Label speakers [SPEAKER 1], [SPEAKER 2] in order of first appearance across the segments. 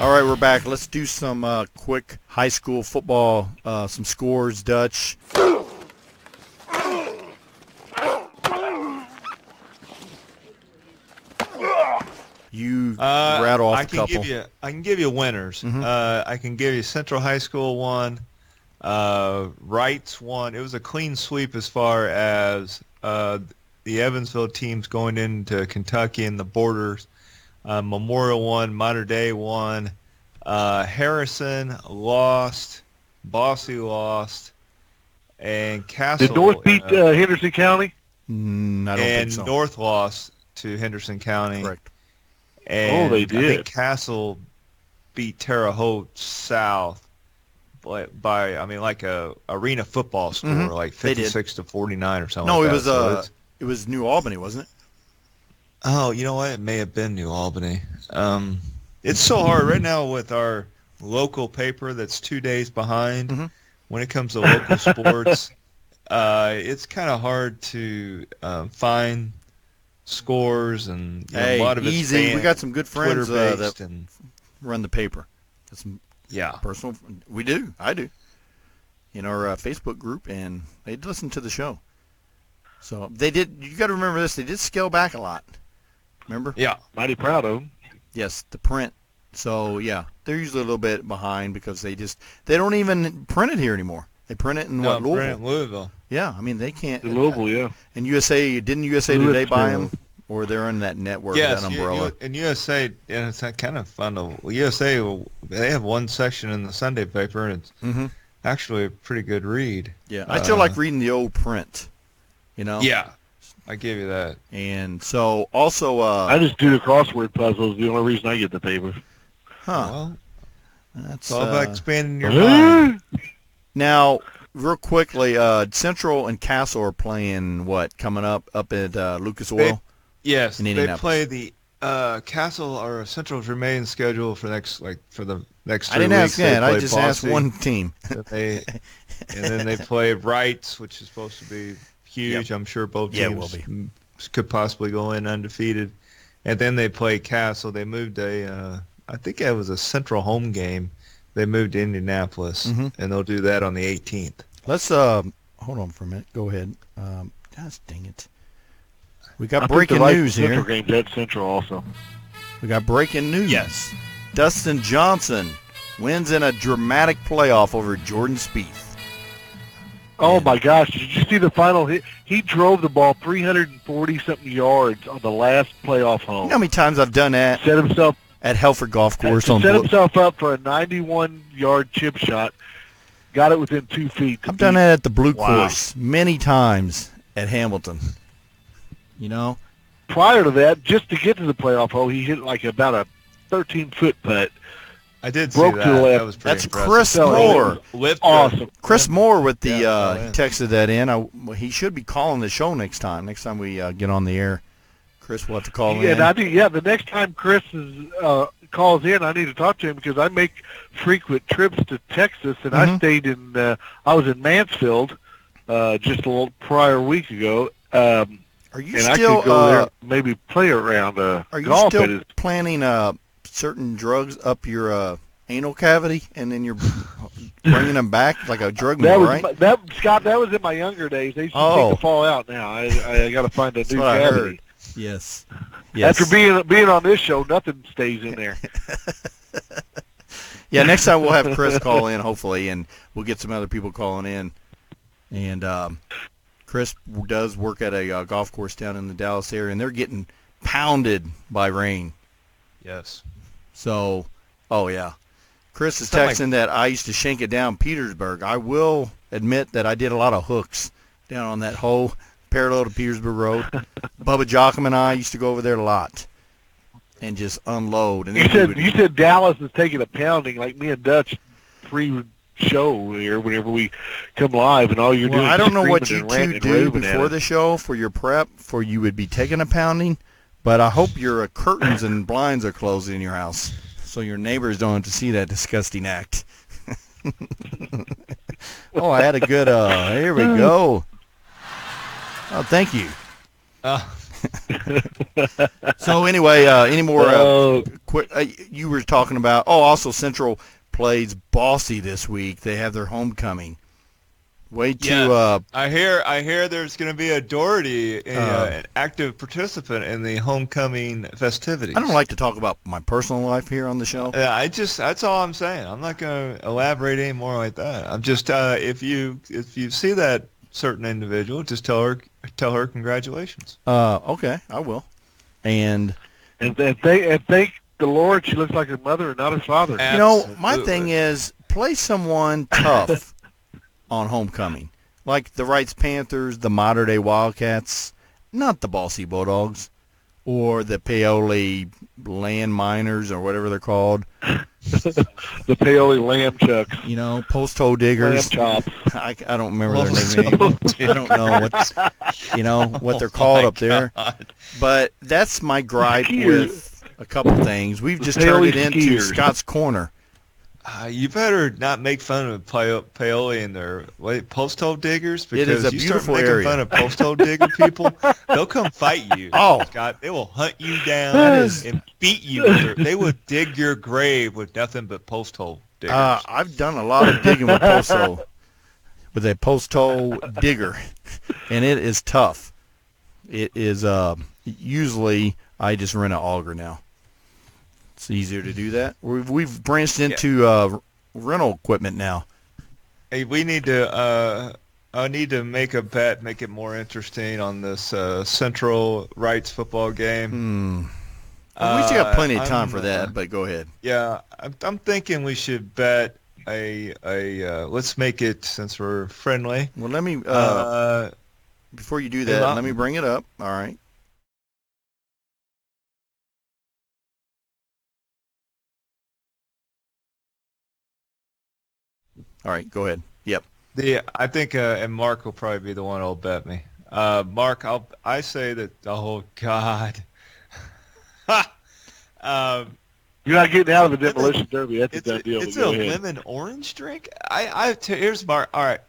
[SPEAKER 1] All right, we're back. Let's do some uh, quick high school football, uh, some scores, Dutch. You
[SPEAKER 2] Uh,
[SPEAKER 1] rattle off
[SPEAKER 2] I
[SPEAKER 1] a
[SPEAKER 2] can
[SPEAKER 1] couple. Mm-hmm.
[SPEAKER 2] give you. I can give you winners. Uh, I can give you Central High School one, uh, Wrights one. It was a clean sweep as far as uh, the Evansville teams going into Kentucky and the borders. Uh, Memorial one, Modern Day one. Uh, Harrison lost. Bossy lost. And Castle.
[SPEAKER 3] Did North beat
[SPEAKER 2] uh,
[SPEAKER 3] uh, Henderson County?
[SPEAKER 1] Mm, I don't
[SPEAKER 2] and
[SPEAKER 1] think so.
[SPEAKER 2] North lost to Henderson County.
[SPEAKER 1] Correct.
[SPEAKER 2] And
[SPEAKER 3] they
[SPEAKER 2] I
[SPEAKER 3] did.
[SPEAKER 2] think Castle beat Terre Haute South by, by I mean like a arena football score,
[SPEAKER 1] Mhm.
[SPEAKER 2] like
[SPEAKER 1] They did.
[SPEAKER 2] 56 to 49 or something.
[SPEAKER 1] No,
[SPEAKER 2] like
[SPEAKER 1] it
[SPEAKER 2] that.
[SPEAKER 1] was
[SPEAKER 2] So
[SPEAKER 1] uh,
[SPEAKER 2] it's-
[SPEAKER 1] it was New Albany, wasn't it?
[SPEAKER 2] oh, you know what? It may have been New Albany. Um, it's so hard right now with our local paper that's two days behind
[SPEAKER 1] Mhm.
[SPEAKER 2] when it comes to local sports. Uh, it's kind of hard to um, find scores and you know,
[SPEAKER 1] hey,
[SPEAKER 2] a lot of it's
[SPEAKER 1] easy.
[SPEAKER 2] fan-
[SPEAKER 1] we got some good friends uh,
[SPEAKER 2] Twitter-based
[SPEAKER 1] that
[SPEAKER 2] and
[SPEAKER 1] run the paper. Got some
[SPEAKER 2] yeah.
[SPEAKER 1] personal. We do. I do. In our uh, Facebook group, and they listen to the show. So they did. You got to remember this. They did scale back a lot. Remember?
[SPEAKER 2] Yeah.
[SPEAKER 3] Mighty proud of them.
[SPEAKER 1] Yes, the print. So yeah, they're usually a little bit behind because they just they don't even print it here anymore. They print it in
[SPEAKER 2] No,
[SPEAKER 1] what Louisville.
[SPEAKER 2] Brandon, Louisville.
[SPEAKER 1] Yeah, I mean they can't.
[SPEAKER 3] In Louisville, yeah.
[SPEAKER 1] And USA didn't USA Today buy them,
[SPEAKER 3] Louisville.
[SPEAKER 1] or they're in that network
[SPEAKER 2] Yes,
[SPEAKER 1] that
[SPEAKER 2] you-
[SPEAKER 1] umbrella.
[SPEAKER 2] you- in USA, and it's kind of fun. To, USA, will- they have one section in the Sunday paper, and it's
[SPEAKER 1] mm-hmm.
[SPEAKER 2] actually a pretty good read.
[SPEAKER 1] Yeah, I still
[SPEAKER 2] Uh,
[SPEAKER 1] like reading the old print. You know.
[SPEAKER 2] Yeah, I give you that.
[SPEAKER 1] And so also, uh,
[SPEAKER 3] I just do the crossword puzzles. The only reason I get the paper.
[SPEAKER 1] huh?
[SPEAKER 2] Well,
[SPEAKER 1] That's
[SPEAKER 2] it's all about
[SPEAKER 1] uh,
[SPEAKER 2] expanding your mind.
[SPEAKER 1] Now, real quickly, uh, Central and Castle are playing what coming up up at uh, Lucas Oil.
[SPEAKER 2] Yes,
[SPEAKER 1] in
[SPEAKER 2] they
[SPEAKER 1] Indianapolis.
[SPEAKER 2] play the uh, Castle or Central's remain schedule for next, like for the next.
[SPEAKER 1] I
[SPEAKER 2] three
[SPEAKER 1] didn't
[SPEAKER 2] weeks.
[SPEAKER 1] ask
[SPEAKER 2] They
[SPEAKER 1] that. I
[SPEAKER 2] play
[SPEAKER 1] just asked
[SPEAKER 2] Boise.
[SPEAKER 1] one team.
[SPEAKER 2] that they and then they play Wrights, which is supposed to be huge. I'm sure both
[SPEAKER 1] Yeah, it
[SPEAKER 2] teams
[SPEAKER 1] will be.
[SPEAKER 2] m- could possibly go in undefeated. And then they play Castle. They moved a, uh, I think it was a central home game. They moved to Indianapolis,
[SPEAKER 1] Mhm.
[SPEAKER 2] and they'll do that on the 18th.
[SPEAKER 1] Let's um, hold on for a minute. Go ahead. Um, gosh dang it. We got
[SPEAKER 3] I think
[SPEAKER 1] breaking
[SPEAKER 3] the right
[SPEAKER 1] news
[SPEAKER 3] Central
[SPEAKER 1] here.
[SPEAKER 3] game's at Central also.
[SPEAKER 1] We got breaking news. Yes. Dustin Johnson wins in a dramatic playoff over Jordan Spieth.
[SPEAKER 3] Oh
[SPEAKER 1] Yeah.
[SPEAKER 3] my gosh! Did you see the final hit? He drove the ball 340 something yards on the last playoff
[SPEAKER 1] You
[SPEAKER 3] home.
[SPEAKER 1] know how many times I've done that
[SPEAKER 3] set himself
[SPEAKER 1] at Helford Golf Course on
[SPEAKER 3] set
[SPEAKER 1] Blue-
[SPEAKER 3] himself up for a 91 yard chip shot. Got it within two feet.
[SPEAKER 1] I've done that at the Blue
[SPEAKER 3] Wow.
[SPEAKER 1] Course many times at Hamilton. You know,
[SPEAKER 3] Prior to that, just to get to the playoff hole, he hit like about a 13 foot putt.
[SPEAKER 2] I did
[SPEAKER 3] Broke
[SPEAKER 2] see
[SPEAKER 3] to
[SPEAKER 2] that.
[SPEAKER 3] the left.
[SPEAKER 2] That was pretty
[SPEAKER 1] that's
[SPEAKER 2] impressive.
[SPEAKER 1] Chris
[SPEAKER 3] So-
[SPEAKER 1] Moore.
[SPEAKER 2] Lift
[SPEAKER 3] Awesome.
[SPEAKER 1] Chris Moore with the
[SPEAKER 2] Yeah,
[SPEAKER 1] uh,
[SPEAKER 2] oh, yeah.
[SPEAKER 1] he texted that in. I, well, he should be calling the show next time. Next time we uh, get on the air, Chris will have to call
[SPEAKER 3] Yeah,
[SPEAKER 1] in.
[SPEAKER 3] and I do. Yeah, the next time Chris is, uh, calls in, I need to talk to him because I make frequent trips to Texas, and I
[SPEAKER 1] Mhm.
[SPEAKER 3] stayed in. Uh, I was in Mansfield uh, just a little prior week ago, um,
[SPEAKER 1] Are you
[SPEAKER 3] and I
[SPEAKER 1] still
[SPEAKER 3] could go
[SPEAKER 1] uh,
[SPEAKER 3] there maybe play around uh,
[SPEAKER 1] are you
[SPEAKER 3] golf. at
[SPEAKER 1] still
[SPEAKER 3] his-
[SPEAKER 1] planning uh, certain drugs up your uh, anal cavity and then you're bringing them back like a drug
[SPEAKER 3] that
[SPEAKER 1] mule,
[SPEAKER 3] was
[SPEAKER 1] right?
[SPEAKER 3] my- that Scott. That was in my younger days. They used to
[SPEAKER 1] Oh.
[SPEAKER 3] take the fall out. Now I, I, got to find a new
[SPEAKER 1] what I
[SPEAKER 3] cavity.
[SPEAKER 1] heard. Yes. Yes.
[SPEAKER 3] After being being on this show, nothing stays in there.
[SPEAKER 1] yeah, next time we'll have Chris call in hopefully, and we'll get some other people calling in. And um, Chris does work at a uh, golf course down in the Dallas area, and they're getting pounded by rain.
[SPEAKER 2] Yes.
[SPEAKER 1] So, oh yeah, Chris is
[SPEAKER 2] Sound like-
[SPEAKER 1] texting that I used to shank it down Petersburg. I will admit that I did a lot of hooks down on that whole parallel to Petersburg Road. Bubba Jockum and I used to go over there a lot and just unload. And
[SPEAKER 3] You
[SPEAKER 1] then we
[SPEAKER 3] said
[SPEAKER 1] would-
[SPEAKER 3] you said Dallas is taking a pounding like me and Dutch pre show here whenever we come live and all you're
[SPEAKER 1] well,
[SPEAKER 3] doing
[SPEAKER 1] I
[SPEAKER 3] is
[SPEAKER 1] don't know what you
[SPEAKER 3] screaming
[SPEAKER 1] two
[SPEAKER 3] and ranting
[SPEAKER 1] do
[SPEAKER 3] and raving at
[SPEAKER 1] before
[SPEAKER 3] us.
[SPEAKER 1] the show for your prep, for you would be taking a pounding. But I hope your uh, curtains and blinds are closed in your house, so your neighbors don't have to see that disgusting act. oh, I had a good. uh Here we go. Oh, thank you.
[SPEAKER 2] Uh,
[SPEAKER 1] so anyway, uh, any more? Uh,
[SPEAKER 3] Oh,
[SPEAKER 1] quick, uh, you were talking about. Oh, also Central plays Bossy this week. They have their homecoming. Way to
[SPEAKER 2] Yes.
[SPEAKER 1] uh,
[SPEAKER 2] I hear I hear there's going to be a Doherty, uh,
[SPEAKER 1] Uh,
[SPEAKER 2] an active participant in the homecoming festivities.
[SPEAKER 1] I don't like to talk about my personal life here on the show.
[SPEAKER 2] Yeah, I just that's all I'm saying. I'm not going to elaborate any more like that. I'm just uh, if you if you see that certain individual, just tell her tell her congratulations.
[SPEAKER 1] Uh, okay, I will. And
[SPEAKER 3] and, and thank and thank the Lord, she looks like her mother and not her father.
[SPEAKER 1] you know, my thing is play someone tough on homecoming, like the Wrights Panthers, the modern day Wildcats, not the Bossy Bulldogs or the Paoli Landminers or whatever they're called.
[SPEAKER 3] The Paoli lamb chucks,
[SPEAKER 1] You know, post hole
[SPEAKER 3] lamb
[SPEAKER 1] diggers.
[SPEAKER 3] chops.
[SPEAKER 1] I, I don't remember
[SPEAKER 2] Post
[SPEAKER 1] their nickname. I don't know what you know what
[SPEAKER 2] Oh
[SPEAKER 1] they're called up there. But that's my gripe
[SPEAKER 3] Skiers.
[SPEAKER 1] with a couple things. We've just turned
[SPEAKER 3] Paley
[SPEAKER 1] it into
[SPEAKER 3] skiers.
[SPEAKER 1] Scott's Corner.
[SPEAKER 2] Uh, you better not make fun of Paoli, Paoli and their wait post hole diggers
[SPEAKER 1] It
[SPEAKER 2] because
[SPEAKER 1] is a
[SPEAKER 2] you
[SPEAKER 1] beautiful
[SPEAKER 2] start making
[SPEAKER 1] area.
[SPEAKER 2] fun of post hole digger people, they'll come fight you.
[SPEAKER 1] Oh.
[SPEAKER 2] Scott, they will hunt you down
[SPEAKER 3] That is-
[SPEAKER 2] and beat you. with their- They will dig your grave with nothing but post hole diggers.
[SPEAKER 1] Uh, I've done a lot of digging with post hole, with a post hole digger, and it is tough. It is uh, usually I just rent an auger now. It's easier to do that. We've we've branched into uh, rental equipment now.
[SPEAKER 2] Hey, we need to. Uh, I need to make a bet, make it more interesting on this uh, Central Rights football game.
[SPEAKER 1] Hmm. we still got
[SPEAKER 2] Uh,
[SPEAKER 1] plenty of time
[SPEAKER 2] I'm,
[SPEAKER 1] for
[SPEAKER 2] uh,
[SPEAKER 1] that, but go ahead.
[SPEAKER 2] Yeah, I'm, I'm thinking we should bet a a. Uh, let's make it since we're friendly.
[SPEAKER 1] Well, let me uh,
[SPEAKER 2] Uh,
[SPEAKER 1] before you do
[SPEAKER 2] hey,
[SPEAKER 1] that.
[SPEAKER 2] Lon-
[SPEAKER 1] Let me bring it up. All right. All right, go ahead. Yep.
[SPEAKER 2] the I think uh, and Mark will probably be the one who'll bet me. Uh, Mark, I'll I say that. Oh God. um,
[SPEAKER 3] You're not getting out of the demolition derby. That's a
[SPEAKER 2] It's a,
[SPEAKER 3] done deal. but
[SPEAKER 2] it's a
[SPEAKER 3] go ahead.
[SPEAKER 2] lemon orange drink. I, I t- here's my all right.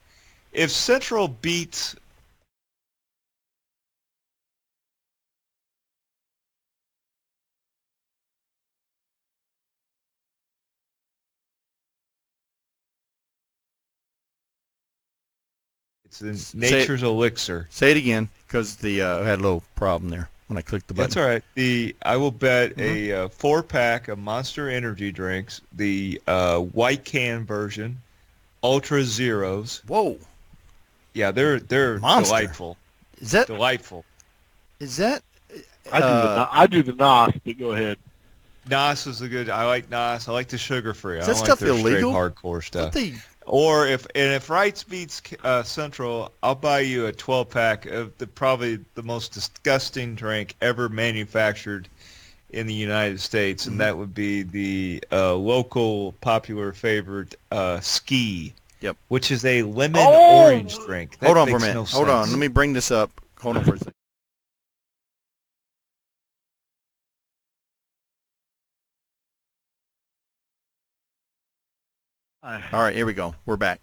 [SPEAKER 2] If Central beats It's in nature's elixir.
[SPEAKER 1] Say it again because the uh, I had a little problem there when I clicked the button.
[SPEAKER 2] That's all right. The I will bet
[SPEAKER 1] Mm-hmm.
[SPEAKER 2] a uh, four pack of Monster Energy drinks, the uh, white can version, Ultra Zeros.
[SPEAKER 1] Whoa,
[SPEAKER 2] Yeah, they're they're
[SPEAKER 1] Monster.
[SPEAKER 2] delightful,
[SPEAKER 1] is that
[SPEAKER 2] delightful.
[SPEAKER 1] is that?
[SPEAKER 3] I do the
[SPEAKER 1] Uh,
[SPEAKER 3] the I do the nos, but go ahead.
[SPEAKER 2] Nas is a good. I like Nas. I like the sugar free. I
[SPEAKER 1] that
[SPEAKER 2] don't like
[SPEAKER 1] stuff
[SPEAKER 2] their straight
[SPEAKER 1] illegal?
[SPEAKER 2] hardcore stuff.
[SPEAKER 1] Don't they-
[SPEAKER 2] Or if and if Wrights beats uh, Central, I'll buy you a 12 pack of the probably the most disgusting drink ever manufactured in the United States,
[SPEAKER 1] Mm-hmm.
[SPEAKER 2] and that would be the uh, local popular favorite uh, ski.
[SPEAKER 1] Yep.
[SPEAKER 2] Which is a lemon
[SPEAKER 3] Oh!
[SPEAKER 2] orange drink. That
[SPEAKER 1] hold on for a
[SPEAKER 2] makes
[SPEAKER 1] minute.
[SPEAKER 2] no
[SPEAKER 1] hold on.
[SPEAKER 2] sense.
[SPEAKER 1] Let me bring this up. Hold on for a second. All right, here we go. We're back.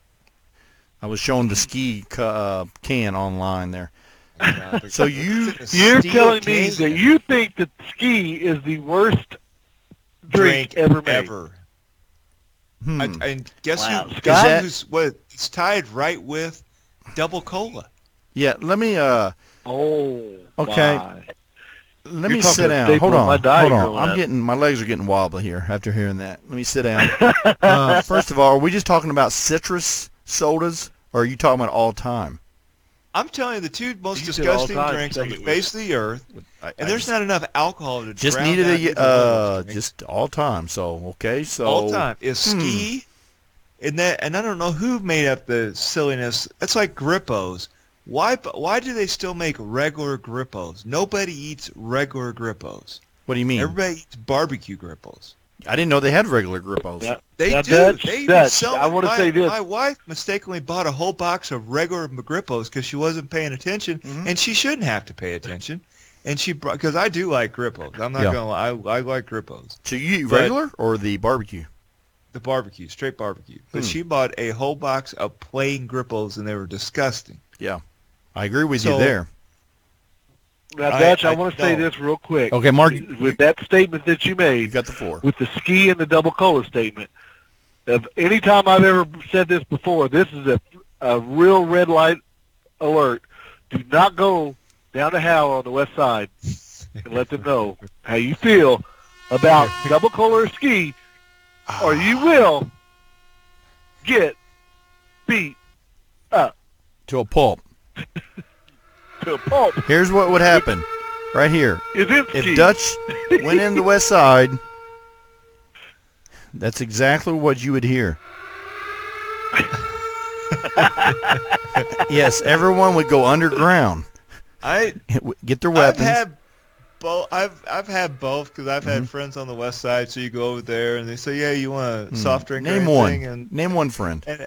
[SPEAKER 1] I was showing the ski ca- uh, can online there. So you-
[SPEAKER 2] It's in a
[SPEAKER 3] You're
[SPEAKER 2] steel
[SPEAKER 3] telling me
[SPEAKER 2] can
[SPEAKER 3] that you think that ski is the worst drink,
[SPEAKER 2] drink
[SPEAKER 3] ever made?
[SPEAKER 2] ever.
[SPEAKER 1] Hmm.
[SPEAKER 2] I, and guess
[SPEAKER 3] Wow.
[SPEAKER 2] who?
[SPEAKER 3] Is
[SPEAKER 2] Guess
[SPEAKER 1] that-
[SPEAKER 2] who's what? It's tied right with double cola.
[SPEAKER 1] yeah, let me uh,
[SPEAKER 3] Oh,
[SPEAKER 1] Okay.
[SPEAKER 3] my.
[SPEAKER 1] let
[SPEAKER 3] You're
[SPEAKER 1] me
[SPEAKER 3] talking
[SPEAKER 1] sit
[SPEAKER 3] a
[SPEAKER 1] down.
[SPEAKER 3] staple
[SPEAKER 1] Hold
[SPEAKER 3] of my
[SPEAKER 1] on,
[SPEAKER 3] diet
[SPEAKER 1] hold on.
[SPEAKER 3] growing
[SPEAKER 1] I'm
[SPEAKER 3] up.
[SPEAKER 1] getting my legs are getting wobbly here after hearing that. Let me sit down. uh, first of all, are we just talking about citrus sodas, or are you talking about all time?
[SPEAKER 2] I'm telling you, the two most
[SPEAKER 3] You did all
[SPEAKER 2] disgusting
[SPEAKER 3] kinds
[SPEAKER 2] drinks
[SPEAKER 3] of
[SPEAKER 2] on the
[SPEAKER 3] it.
[SPEAKER 2] face of the earth,
[SPEAKER 1] I,
[SPEAKER 2] and
[SPEAKER 1] I
[SPEAKER 2] there's
[SPEAKER 1] just,
[SPEAKER 2] not enough alcohol to
[SPEAKER 1] just
[SPEAKER 2] drown
[SPEAKER 1] needed
[SPEAKER 2] out
[SPEAKER 1] a
[SPEAKER 2] either one
[SPEAKER 1] uh,
[SPEAKER 2] of those drinks.
[SPEAKER 1] just all time. So okay, so
[SPEAKER 2] all time is
[SPEAKER 1] hmm.
[SPEAKER 2] ski, and that, and I don't know who made up the silliness. That's like Grippos. Why? Why do they still make regular Grippos? Nobody eats regular Grippos.
[SPEAKER 1] What do you mean?
[SPEAKER 2] Everybody eats barbecue Grippos.
[SPEAKER 1] I didn't know they had regular Grippos.
[SPEAKER 3] That-
[SPEAKER 2] They
[SPEAKER 3] Now,
[SPEAKER 2] do.
[SPEAKER 3] Dutch,
[SPEAKER 2] they even
[SPEAKER 3] Dutch,
[SPEAKER 2] sell
[SPEAKER 3] I
[SPEAKER 2] them.
[SPEAKER 3] wanna
[SPEAKER 2] my,
[SPEAKER 3] say this.
[SPEAKER 2] My wife mistakenly bought a whole box of regular Magrippos because she wasn't paying attention,
[SPEAKER 1] Mhm.
[SPEAKER 2] and she shouldn't have to pay attention. And she brought because I do like Grippos. I'm not
[SPEAKER 1] Yeah.
[SPEAKER 2] gonna. lie. I I like Grippos.
[SPEAKER 1] So you eat
[SPEAKER 2] But-
[SPEAKER 1] regular or the barbecue?
[SPEAKER 2] The barbecue, straight barbecue. But
[SPEAKER 1] Hmm.
[SPEAKER 2] she bought a whole box of plain Grippos, and they were disgusting.
[SPEAKER 1] I agree with you
[SPEAKER 2] So-
[SPEAKER 1] there.
[SPEAKER 3] Now,
[SPEAKER 2] I-
[SPEAKER 3] Dutch, I, Oh,
[SPEAKER 2] I
[SPEAKER 3] want to say
[SPEAKER 2] don't.
[SPEAKER 3] this real quick.
[SPEAKER 1] Okay, Mark,
[SPEAKER 3] With that statement that you
[SPEAKER 1] you
[SPEAKER 3] made,
[SPEAKER 1] got the four.
[SPEAKER 3] with the ski and the double cola statement, of any time I've ever said this before, this is a, a real red light alert. Do not go down to Howell on the west side and let them know how you feel about double cola or ski,
[SPEAKER 1] Ah,
[SPEAKER 3] or you will get beat
[SPEAKER 1] to a pulp.
[SPEAKER 3] to a pulp.
[SPEAKER 1] Here's what would happen, right here. If
[SPEAKER 3] If
[SPEAKER 1] Dutch went in the West Side, that's exactly what you would hear. yes, everyone would go underground,
[SPEAKER 2] I
[SPEAKER 1] get their weapons.
[SPEAKER 2] I've had both. I've I've had both because I've
[SPEAKER 1] Mm-hmm.
[SPEAKER 2] had friends on the west side. So you go over there and they say, "Yeah, you want a soft drink
[SPEAKER 1] Hmm. Name
[SPEAKER 2] or
[SPEAKER 1] one.
[SPEAKER 2] anything?" And
[SPEAKER 1] Name one friend.
[SPEAKER 2] and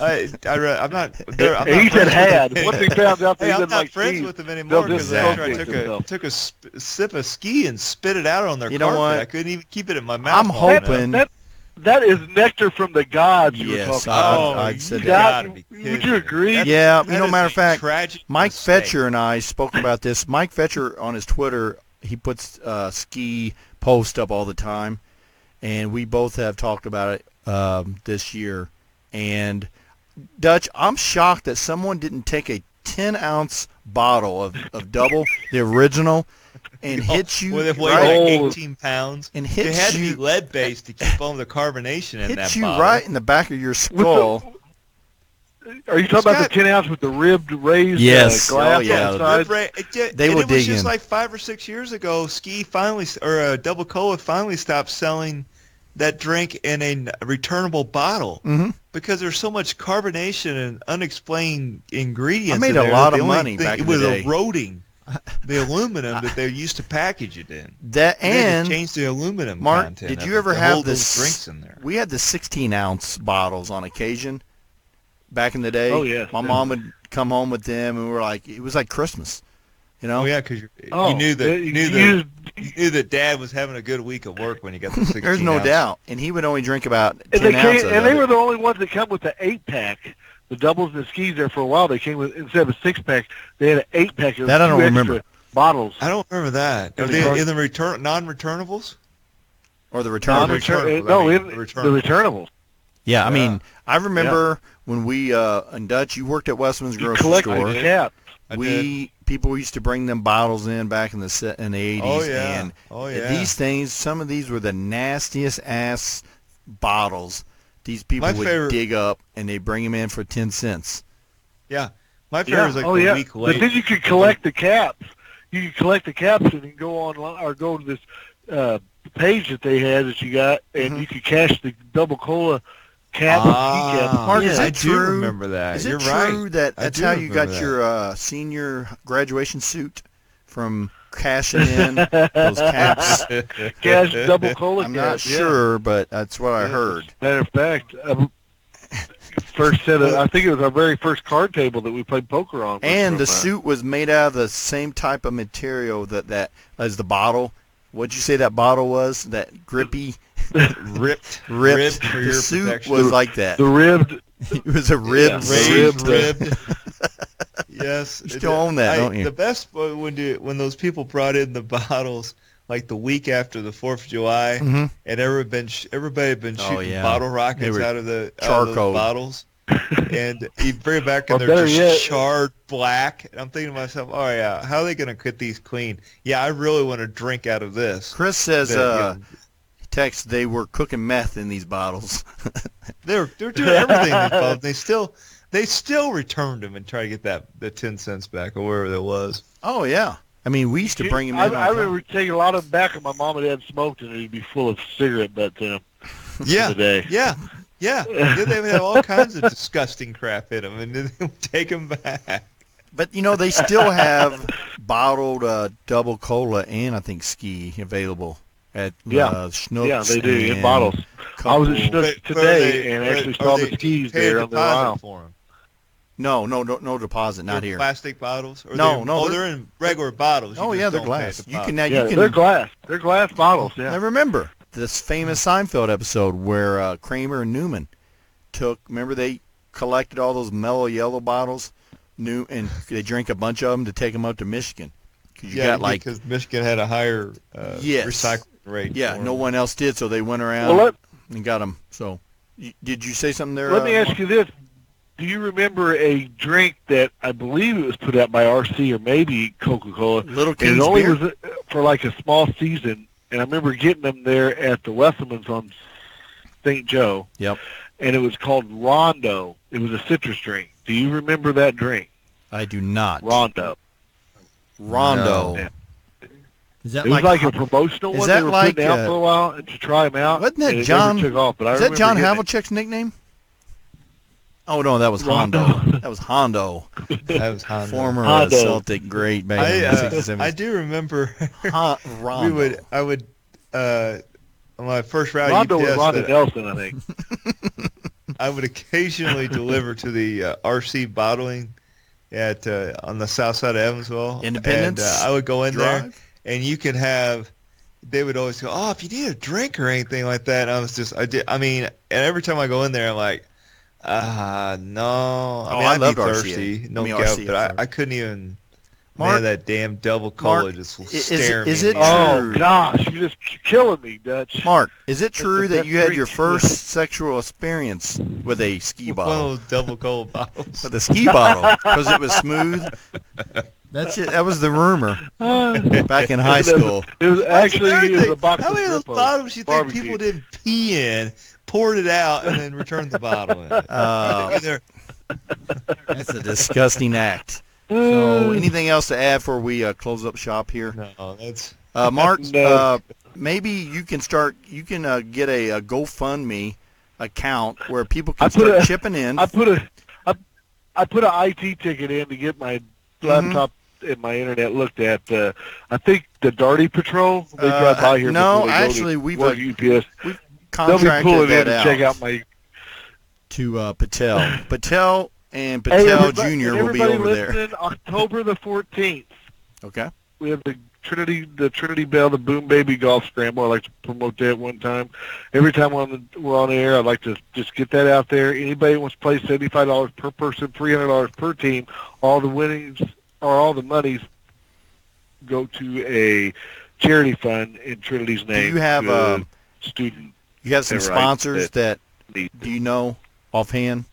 [SPEAKER 2] I I re- I'm not. they're- I'm
[SPEAKER 3] he
[SPEAKER 2] not
[SPEAKER 3] said
[SPEAKER 2] friends with
[SPEAKER 3] had.
[SPEAKER 2] them.
[SPEAKER 3] Once he found out that
[SPEAKER 2] Hey,
[SPEAKER 3] he
[SPEAKER 2] I'm
[SPEAKER 3] didn't
[SPEAKER 2] not
[SPEAKER 3] like
[SPEAKER 2] friends
[SPEAKER 3] cheese,
[SPEAKER 2] with them
[SPEAKER 3] they'll
[SPEAKER 2] anymore because
[SPEAKER 1] just
[SPEAKER 2] I
[SPEAKER 1] associate
[SPEAKER 2] took a
[SPEAKER 3] themselves.
[SPEAKER 2] took a sp- sip of ski and spit it out on their
[SPEAKER 1] You know
[SPEAKER 2] carpet.
[SPEAKER 1] what?
[SPEAKER 2] I couldn't even keep it in my mouth.
[SPEAKER 1] I'm
[SPEAKER 2] long enough.
[SPEAKER 1] hoping.
[SPEAKER 3] that- that is nectar from the gods you were
[SPEAKER 1] Yes,
[SPEAKER 3] talking
[SPEAKER 1] I-
[SPEAKER 3] about.
[SPEAKER 2] Oh,
[SPEAKER 1] I'd said
[SPEAKER 2] you
[SPEAKER 1] that.
[SPEAKER 2] gotta
[SPEAKER 3] God,
[SPEAKER 2] be
[SPEAKER 3] would
[SPEAKER 2] kidding
[SPEAKER 3] you
[SPEAKER 2] me.
[SPEAKER 3] agree?
[SPEAKER 2] That's-
[SPEAKER 1] Yeah,
[SPEAKER 2] that
[SPEAKER 1] you know,
[SPEAKER 2] is
[SPEAKER 1] matter
[SPEAKER 2] a
[SPEAKER 1] of fact,
[SPEAKER 2] tragic
[SPEAKER 1] Mike
[SPEAKER 2] mistake.
[SPEAKER 1] Fetcher and I spoke about this. Mike Fetcher on his Twitter, he puts uh, ski post up all the time, and we both have talked about it um, this year. And Dutch, I'm shocked that someone didn't take a 10 ounce bottle of, of double, the original, and hit you
[SPEAKER 2] Well, it weighed
[SPEAKER 1] right,
[SPEAKER 2] like
[SPEAKER 3] Oh.
[SPEAKER 2] 18 pounds.
[SPEAKER 1] and
[SPEAKER 2] It had
[SPEAKER 1] hit
[SPEAKER 2] to be
[SPEAKER 1] you
[SPEAKER 2] lead based to keep on the carbonation in that
[SPEAKER 1] hit you
[SPEAKER 2] bottle.
[SPEAKER 1] right in the back of your
[SPEAKER 3] With
[SPEAKER 1] skull.
[SPEAKER 3] the, Oh. are you talking about
[SPEAKER 2] Scott-
[SPEAKER 3] the ten ounce with the ribbed raised
[SPEAKER 1] Yes.
[SPEAKER 3] uh, glass
[SPEAKER 1] Oh, yeah.
[SPEAKER 3] outside?
[SPEAKER 2] Right, it ju-
[SPEAKER 1] They
[SPEAKER 2] and
[SPEAKER 1] will
[SPEAKER 2] it was
[SPEAKER 1] dig
[SPEAKER 2] just
[SPEAKER 1] in.
[SPEAKER 2] like five or six years ago. Ski finally, s- or uh, Double Cola finally stopped selling that drink in a n- returnable bottle
[SPEAKER 1] Mhm.
[SPEAKER 2] because there's so much carbonation and unexplained ingredients.
[SPEAKER 1] I made
[SPEAKER 2] in
[SPEAKER 1] a
[SPEAKER 2] there
[SPEAKER 1] lot
[SPEAKER 2] that the
[SPEAKER 1] of
[SPEAKER 2] only
[SPEAKER 1] money
[SPEAKER 2] thing-
[SPEAKER 1] back
[SPEAKER 2] It
[SPEAKER 1] in the
[SPEAKER 2] was
[SPEAKER 1] day.
[SPEAKER 2] eroding the aluminum that they used to package it in.
[SPEAKER 1] That
[SPEAKER 2] They had
[SPEAKER 1] and
[SPEAKER 2] to change the aluminum
[SPEAKER 1] Mark,
[SPEAKER 2] content.
[SPEAKER 1] did
[SPEAKER 2] of
[SPEAKER 1] you
[SPEAKER 2] it
[SPEAKER 1] ever
[SPEAKER 2] to
[SPEAKER 1] have
[SPEAKER 2] hold those
[SPEAKER 1] this-
[SPEAKER 2] drinks in there?
[SPEAKER 1] We had the 16 ounce bottles on occasion back in the day.
[SPEAKER 3] Oh, yes,
[SPEAKER 1] My mom would come home with them, and we were like, it was like Christmas, you know.
[SPEAKER 2] Oh yeah, because you,
[SPEAKER 3] Oh,
[SPEAKER 2] you knew that
[SPEAKER 3] you
[SPEAKER 2] you knew that
[SPEAKER 3] used-
[SPEAKER 2] you knew that Dad was having a good week of work when you got the 16
[SPEAKER 1] There's no
[SPEAKER 2] ounce.
[SPEAKER 1] doubt, and he would only drink about 10
[SPEAKER 3] and they
[SPEAKER 1] ounces.
[SPEAKER 3] came,
[SPEAKER 1] of
[SPEAKER 3] and they
[SPEAKER 1] it.
[SPEAKER 3] were the only ones that come with the eight pack. The doubles and the skis there for a while. They came with instead of a six pack, they had an eight pack. of
[SPEAKER 1] That I
[SPEAKER 3] two
[SPEAKER 1] don't
[SPEAKER 3] extra
[SPEAKER 1] remember.
[SPEAKER 3] Bottles.
[SPEAKER 2] I don't remember that.
[SPEAKER 3] In
[SPEAKER 2] Are
[SPEAKER 3] the
[SPEAKER 2] they
[SPEAKER 3] car-
[SPEAKER 2] in the return non-returnables?
[SPEAKER 1] or the return.
[SPEAKER 3] No,
[SPEAKER 2] the
[SPEAKER 3] return-
[SPEAKER 2] returnables,
[SPEAKER 3] no,
[SPEAKER 2] I mean,
[SPEAKER 3] in-
[SPEAKER 2] the
[SPEAKER 3] the
[SPEAKER 2] returnables.
[SPEAKER 3] returnables.
[SPEAKER 1] yeah, I mean,
[SPEAKER 2] Yeah.
[SPEAKER 1] I remember when we uh, in Dutch, you worked at Westman's
[SPEAKER 3] You
[SPEAKER 1] grocery
[SPEAKER 3] collect
[SPEAKER 1] store.
[SPEAKER 3] the cap.
[SPEAKER 2] I
[SPEAKER 1] we people used to bring them bottles in back in the se- in the 80s,
[SPEAKER 2] Oh yeah.
[SPEAKER 1] and
[SPEAKER 2] oh yeah.
[SPEAKER 1] these things, some of these were the nastiest ass bottles. These people
[SPEAKER 2] My
[SPEAKER 1] would
[SPEAKER 2] favorite-
[SPEAKER 1] dig up and they bring them in for ten cents.
[SPEAKER 2] yeah. My favorite
[SPEAKER 3] Yeah.
[SPEAKER 2] was like
[SPEAKER 3] oh
[SPEAKER 2] the
[SPEAKER 3] yeah.
[SPEAKER 2] week
[SPEAKER 3] But then
[SPEAKER 2] late.
[SPEAKER 3] you could collect the caps. You could collect the caps and then go online or go to this uh, page that they had that you got, and
[SPEAKER 1] Mhm.
[SPEAKER 3] you could cash the double cola
[SPEAKER 1] Ah.
[SPEAKER 3] cap. and ski cap.
[SPEAKER 1] Mark,
[SPEAKER 2] yeah,
[SPEAKER 1] is
[SPEAKER 2] I
[SPEAKER 1] it
[SPEAKER 2] do
[SPEAKER 1] true?
[SPEAKER 2] remember that.
[SPEAKER 1] Is it
[SPEAKER 2] You're
[SPEAKER 1] true
[SPEAKER 2] right.
[SPEAKER 1] that
[SPEAKER 2] I
[SPEAKER 1] that's
[SPEAKER 2] do
[SPEAKER 1] how you got
[SPEAKER 2] remember that.
[SPEAKER 1] your uh, senior graduation suit from cashing in those caps?
[SPEAKER 3] cash double cola.
[SPEAKER 1] I'm
[SPEAKER 3] cap,
[SPEAKER 1] not
[SPEAKER 3] yeah.
[SPEAKER 1] sure, but that's what I
[SPEAKER 2] Yeah.
[SPEAKER 1] heard.
[SPEAKER 3] Matter of fact, um, first set of I think it was our very first card table that we played poker on. was
[SPEAKER 1] And
[SPEAKER 3] from
[SPEAKER 1] the
[SPEAKER 3] that.
[SPEAKER 1] suit was made out of the same type of material that that as the bottle. What'd you say that bottle was? That grippy,
[SPEAKER 2] ripped,
[SPEAKER 1] ripped.
[SPEAKER 2] for
[SPEAKER 1] the
[SPEAKER 2] your
[SPEAKER 1] suit
[SPEAKER 2] protection.
[SPEAKER 1] was like that.
[SPEAKER 3] the ribbed.
[SPEAKER 1] it was a ribbed
[SPEAKER 3] Yeah.
[SPEAKER 1] suit.
[SPEAKER 2] Raised,
[SPEAKER 3] Ribbed.
[SPEAKER 2] ribbed. yes.
[SPEAKER 1] You still own that,
[SPEAKER 2] I-
[SPEAKER 1] don't you?
[SPEAKER 2] The best was when do, when those people brought in the bottles like the week after the Fourth of July,
[SPEAKER 1] Mhm.
[SPEAKER 2] and everybody been sh- everybody had been
[SPEAKER 1] Oh,
[SPEAKER 2] shooting
[SPEAKER 1] yeah.
[SPEAKER 2] bottle
[SPEAKER 1] They
[SPEAKER 2] rockets
[SPEAKER 1] were
[SPEAKER 2] out of the out of
[SPEAKER 1] charcoal.
[SPEAKER 2] those bottles. and you bring it back and
[SPEAKER 3] Or
[SPEAKER 2] they're
[SPEAKER 3] better
[SPEAKER 2] just
[SPEAKER 3] yet-
[SPEAKER 2] charred black. And I'm thinking to myself, oh yeah, how are they gonna get these clean? Yeah, I really want to drink out of this.
[SPEAKER 1] Chris says,
[SPEAKER 2] That, you
[SPEAKER 1] uh,
[SPEAKER 2] know,
[SPEAKER 1] text, they were cooking meth in these bottles.
[SPEAKER 2] they're they're doing everything in these bottles. They still they still returned them and try to get that the ten cents back or wherever that was.
[SPEAKER 1] Oh yeah, I mean we used to bring them
[SPEAKER 3] I,
[SPEAKER 1] in.
[SPEAKER 3] I
[SPEAKER 1] all the time.
[SPEAKER 3] remember taking a lot of them back, and my mom and dad smoked, and it'd be full of cigarette butts in them
[SPEAKER 2] Yeah,
[SPEAKER 3] today.
[SPEAKER 2] yeah, yeah. yeah they would have all kinds of disgusting crap in them, and then they would take them back.
[SPEAKER 1] But you know they still have bottled uh, double cola and I think ski available at
[SPEAKER 3] Yeah.
[SPEAKER 1] uh, Schnucks.
[SPEAKER 3] Yeah, they do in
[SPEAKER 1] and
[SPEAKER 3] bottles. I was
[SPEAKER 1] couple-
[SPEAKER 3] at Schnucks
[SPEAKER 2] But- but are
[SPEAKER 3] today
[SPEAKER 2] they-
[SPEAKER 3] and
[SPEAKER 2] are-
[SPEAKER 3] actually
[SPEAKER 2] are
[SPEAKER 3] saw the
[SPEAKER 2] they
[SPEAKER 3] skis
[SPEAKER 2] pay a
[SPEAKER 3] there on the
[SPEAKER 2] deposit
[SPEAKER 3] aisle.
[SPEAKER 2] for 'em?
[SPEAKER 1] No, no, no, no deposit, not
[SPEAKER 2] They're
[SPEAKER 1] here.
[SPEAKER 2] Plastic bottles? Or
[SPEAKER 1] No,
[SPEAKER 2] they're-
[SPEAKER 1] no,
[SPEAKER 2] Oh,
[SPEAKER 1] they're-
[SPEAKER 2] they're in regular bottles. You
[SPEAKER 1] Oh
[SPEAKER 2] just
[SPEAKER 1] yeah, they're
[SPEAKER 2] don't pay a
[SPEAKER 1] glass. You
[SPEAKER 2] deposit.
[SPEAKER 1] can now
[SPEAKER 3] Yeah,
[SPEAKER 1] you
[SPEAKER 3] they're
[SPEAKER 1] can.
[SPEAKER 3] glass. They're glass bottles.
[SPEAKER 1] I
[SPEAKER 3] Yeah.
[SPEAKER 1] remember this famous Seinfeld episode where uh, Kramer and Newman took. Remember they collected all those mellow yellow bottles, new, and they drank a bunch of them to take them up to Michigan. Cause you got like
[SPEAKER 2] because Michigan had a higher uh,
[SPEAKER 1] Yes.
[SPEAKER 2] recycling rate.
[SPEAKER 1] yeah,
[SPEAKER 2] for
[SPEAKER 1] no
[SPEAKER 2] them.
[SPEAKER 1] one else did, so they went around
[SPEAKER 3] Well, let,
[SPEAKER 1] and got them. So, y- did you say something there?
[SPEAKER 3] let
[SPEAKER 1] uh,
[SPEAKER 3] me ask you this. Do you remember a drink that I believe it was put out by RC or maybe Coca-Cola?
[SPEAKER 1] Little
[SPEAKER 3] And
[SPEAKER 1] King's
[SPEAKER 3] it only
[SPEAKER 1] beer?
[SPEAKER 3] was uh, for like a small season. And I remember getting them there at the Wesselmans on St. Joe.
[SPEAKER 1] Yep.
[SPEAKER 3] And it was called Rondo. It was a citrus drink. Do you remember that drink?
[SPEAKER 1] I do not.
[SPEAKER 3] Rondo.
[SPEAKER 1] Rondo.
[SPEAKER 3] No.
[SPEAKER 4] Is that
[SPEAKER 3] It was
[SPEAKER 4] like,
[SPEAKER 3] like a promotional
[SPEAKER 1] Is
[SPEAKER 3] one
[SPEAKER 1] that
[SPEAKER 3] they were
[SPEAKER 1] like,
[SPEAKER 3] putting out
[SPEAKER 1] uh,
[SPEAKER 3] for a while and to try them out.
[SPEAKER 1] wasn't that
[SPEAKER 3] and it
[SPEAKER 1] John-
[SPEAKER 3] Never took off, but I
[SPEAKER 1] Is that
[SPEAKER 3] remember
[SPEAKER 1] John
[SPEAKER 3] getting it.
[SPEAKER 1] Havlicek's nickname? Oh no, that was
[SPEAKER 3] Rondo.
[SPEAKER 1] Hondo. That was Hondo,
[SPEAKER 2] That was Honda.
[SPEAKER 1] former uh,
[SPEAKER 3] Hondo.
[SPEAKER 1] Celtic great back in
[SPEAKER 2] I,
[SPEAKER 1] the
[SPEAKER 2] uh,
[SPEAKER 1] 60s,
[SPEAKER 2] I do remember
[SPEAKER 1] 70s. Hon-
[SPEAKER 2] we
[SPEAKER 1] Rondo.
[SPEAKER 2] would I would uh, on my first route
[SPEAKER 3] Rondo was
[SPEAKER 2] UPS,
[SPEAKER 3] Rondo
[SPEAKER 2] that
[SPEAKER 3] Nelson, I think.
[SPEAKER 2] uh, I would occasionally deliver to the uh, RC bottling at uh, on the south side of Evansville.
[SPEAKER 1] Independence
[SPEAKER 2] And, uh, I would go in there,
[SPEAKER 1] Drive?
[SPEAKER 2] and you could have. They would always go, "Oh, if you need a drink or anything like that." And I was just, I did. I mean, and every time I go in there, I'm like, "Ah, no." I
[SPEAKER 1] Oh,
[SPEAKER 2] mean,
[SPEAKER 1] I
[SPEAKER 2] I'd
[SPEAKER 1] loved
[SPEAKER 2] be
[SPEAKER 1] RCA.
[SPEAKER 2] thirsty, no
[SPEAKER 1] I mean,
[SPEAKER 2] doubt,
[SPEAKER 1] RCA,
[SPEAKER 2] but
[SPEAKER 1] sorry.
[SPEAKER 2] I, I couldn't even.
[SPEAKER 1] Mark-
[SPEAKER 2] man, that damn double cola
[SPEAKER 1] Mark,
[SPEAKER 2] just will
[SPEAKER 1] i- is-
[SPEAKER 2] stare me
[SPEAKER 1] is
[SPEAKER 2] in
[SPEAKER 1] it
[SPEAKER 2] the eye.
[SPEAKER 3] Oh
[SPEAKER 1] Dude.
[SPEAKER 3] gosh, you're just killing me, Dutch.
[SPEAKER 1] Mark, is it true
[SPEAKER 3] the
[SPEAKER 1] that
[SPEAKER 3] best
[SPEAKER 1] you had your
[SPEAKER 3] drink.
[SPEAKER 1] first sexual experience with a ski
[SPEAKER 2] One
[SPEAKER 1] bottle?
[SPEAKER 2] of those double cola bottles.
[SPEAKER 1] With a ski bottle because it was smooth. That's it. That was the rumor
[SPEAKER 3] Uh,
[SPEAKER 1] back in high school.
[SPEAKER 3] It was actually
[SPEAKER 2] That's
[SPEAKER 3] it was
[SPEAKER 2] everything.
[SPEAKER 3] a box
[SPEAKER 2] How
[SPEAKER 3] of
[SPEAKER 2] many of those
[SPEAKER 3] Grippo.
[SPEAKER 2] bottles you think
[SPEAKER 3] barbecue.
[SPEAKER 2] people didn't pee in, poured it out, and then returned the bottle in? it?
[SPEAKER 1] Uh,
[SPEAKER 2] Either-
[SPEAKER 1] that's a disgusting act. So, anything else to add before we uh, close up shop here?
[SPEAKER 2] no, that's
[SPEAKER 1] Uh, Mark,
[SPEAKER 3] No.
[SPEAKER 1] uh, maybe you can start. You can uh, get a, a GoFundMe account where people
[SPEAKER 3] I
[SPEAKER 1] can
[SPEAKER 3] put
[SPEAKER 1] start
[SPEAKER 3] a-
[SPEAKER 1] chipping in.
[SPEAKER 3] I put a I, I put an IT ticket in to get my
[SPEAKER 1] Mm-hmm.
[SPEAKER 3] laptop and my internet looked at. Uh, I think the Darty Patrol they
[SPEAKER 1] Uh,
[SPEAKER 3] drive by here.
[SPEAKER 1] no,
[SPEAKER 3] before they go
[SPEAKER 1] actually,
[SPEAKER 3] to
[SPEAKER 1] we've,
[SPEAKER 3] work
[SPEAKER 1] uh,
[SPEAKER 3] UPS. They'll be
[SPEAKER 1] Contracted
[SPEAKER 3] pulling in
[SPEAKER 1] that
[SPEAKER 3] to
[SPEAKER 1] out
[SPEAKER 3] check out my.
[SPEAKER 1] to uh, Patel. Patel and
[SPEAKER 3] Hey,
[SPEAKER 1] Patel
[SPEAKER 3] everybody-
[SPEAKER 1] Junior will be
[SPEAKER 3] everybody
[SPEAKER 1] over there.
[SPEAKER 3] listening, October the fourteenth.
[SPEAKER 1] Okay.
[SPEAKER 3] we have the Trinity, the Trinity Bell, the Boom Baby Golf Scramble. I like to promote that one time. Every time we're on, the, we're on air, I'd like to just get that out there. Anybody who wants to play seventy-five dollars per person, three hundred dollars per team. All the winnings or all the monies go to a charity fund in Trinity's
[SPEAKER 1] Do
[SPEAKER 3] name.
[SPEAKER 1] you have
[SPEAKER 3] to
[SPEAKER 1] um,
[SPEAKER 3] student
[SPEAKER 1] you have some
[SPEAKER 3] Right,
[SPEAKER 1] sponsors
[SPEAKER 3] that-
[SPEAKER 1] that
[SPEAKER 3] needs?
[SPEAKER 1] do you know offhand,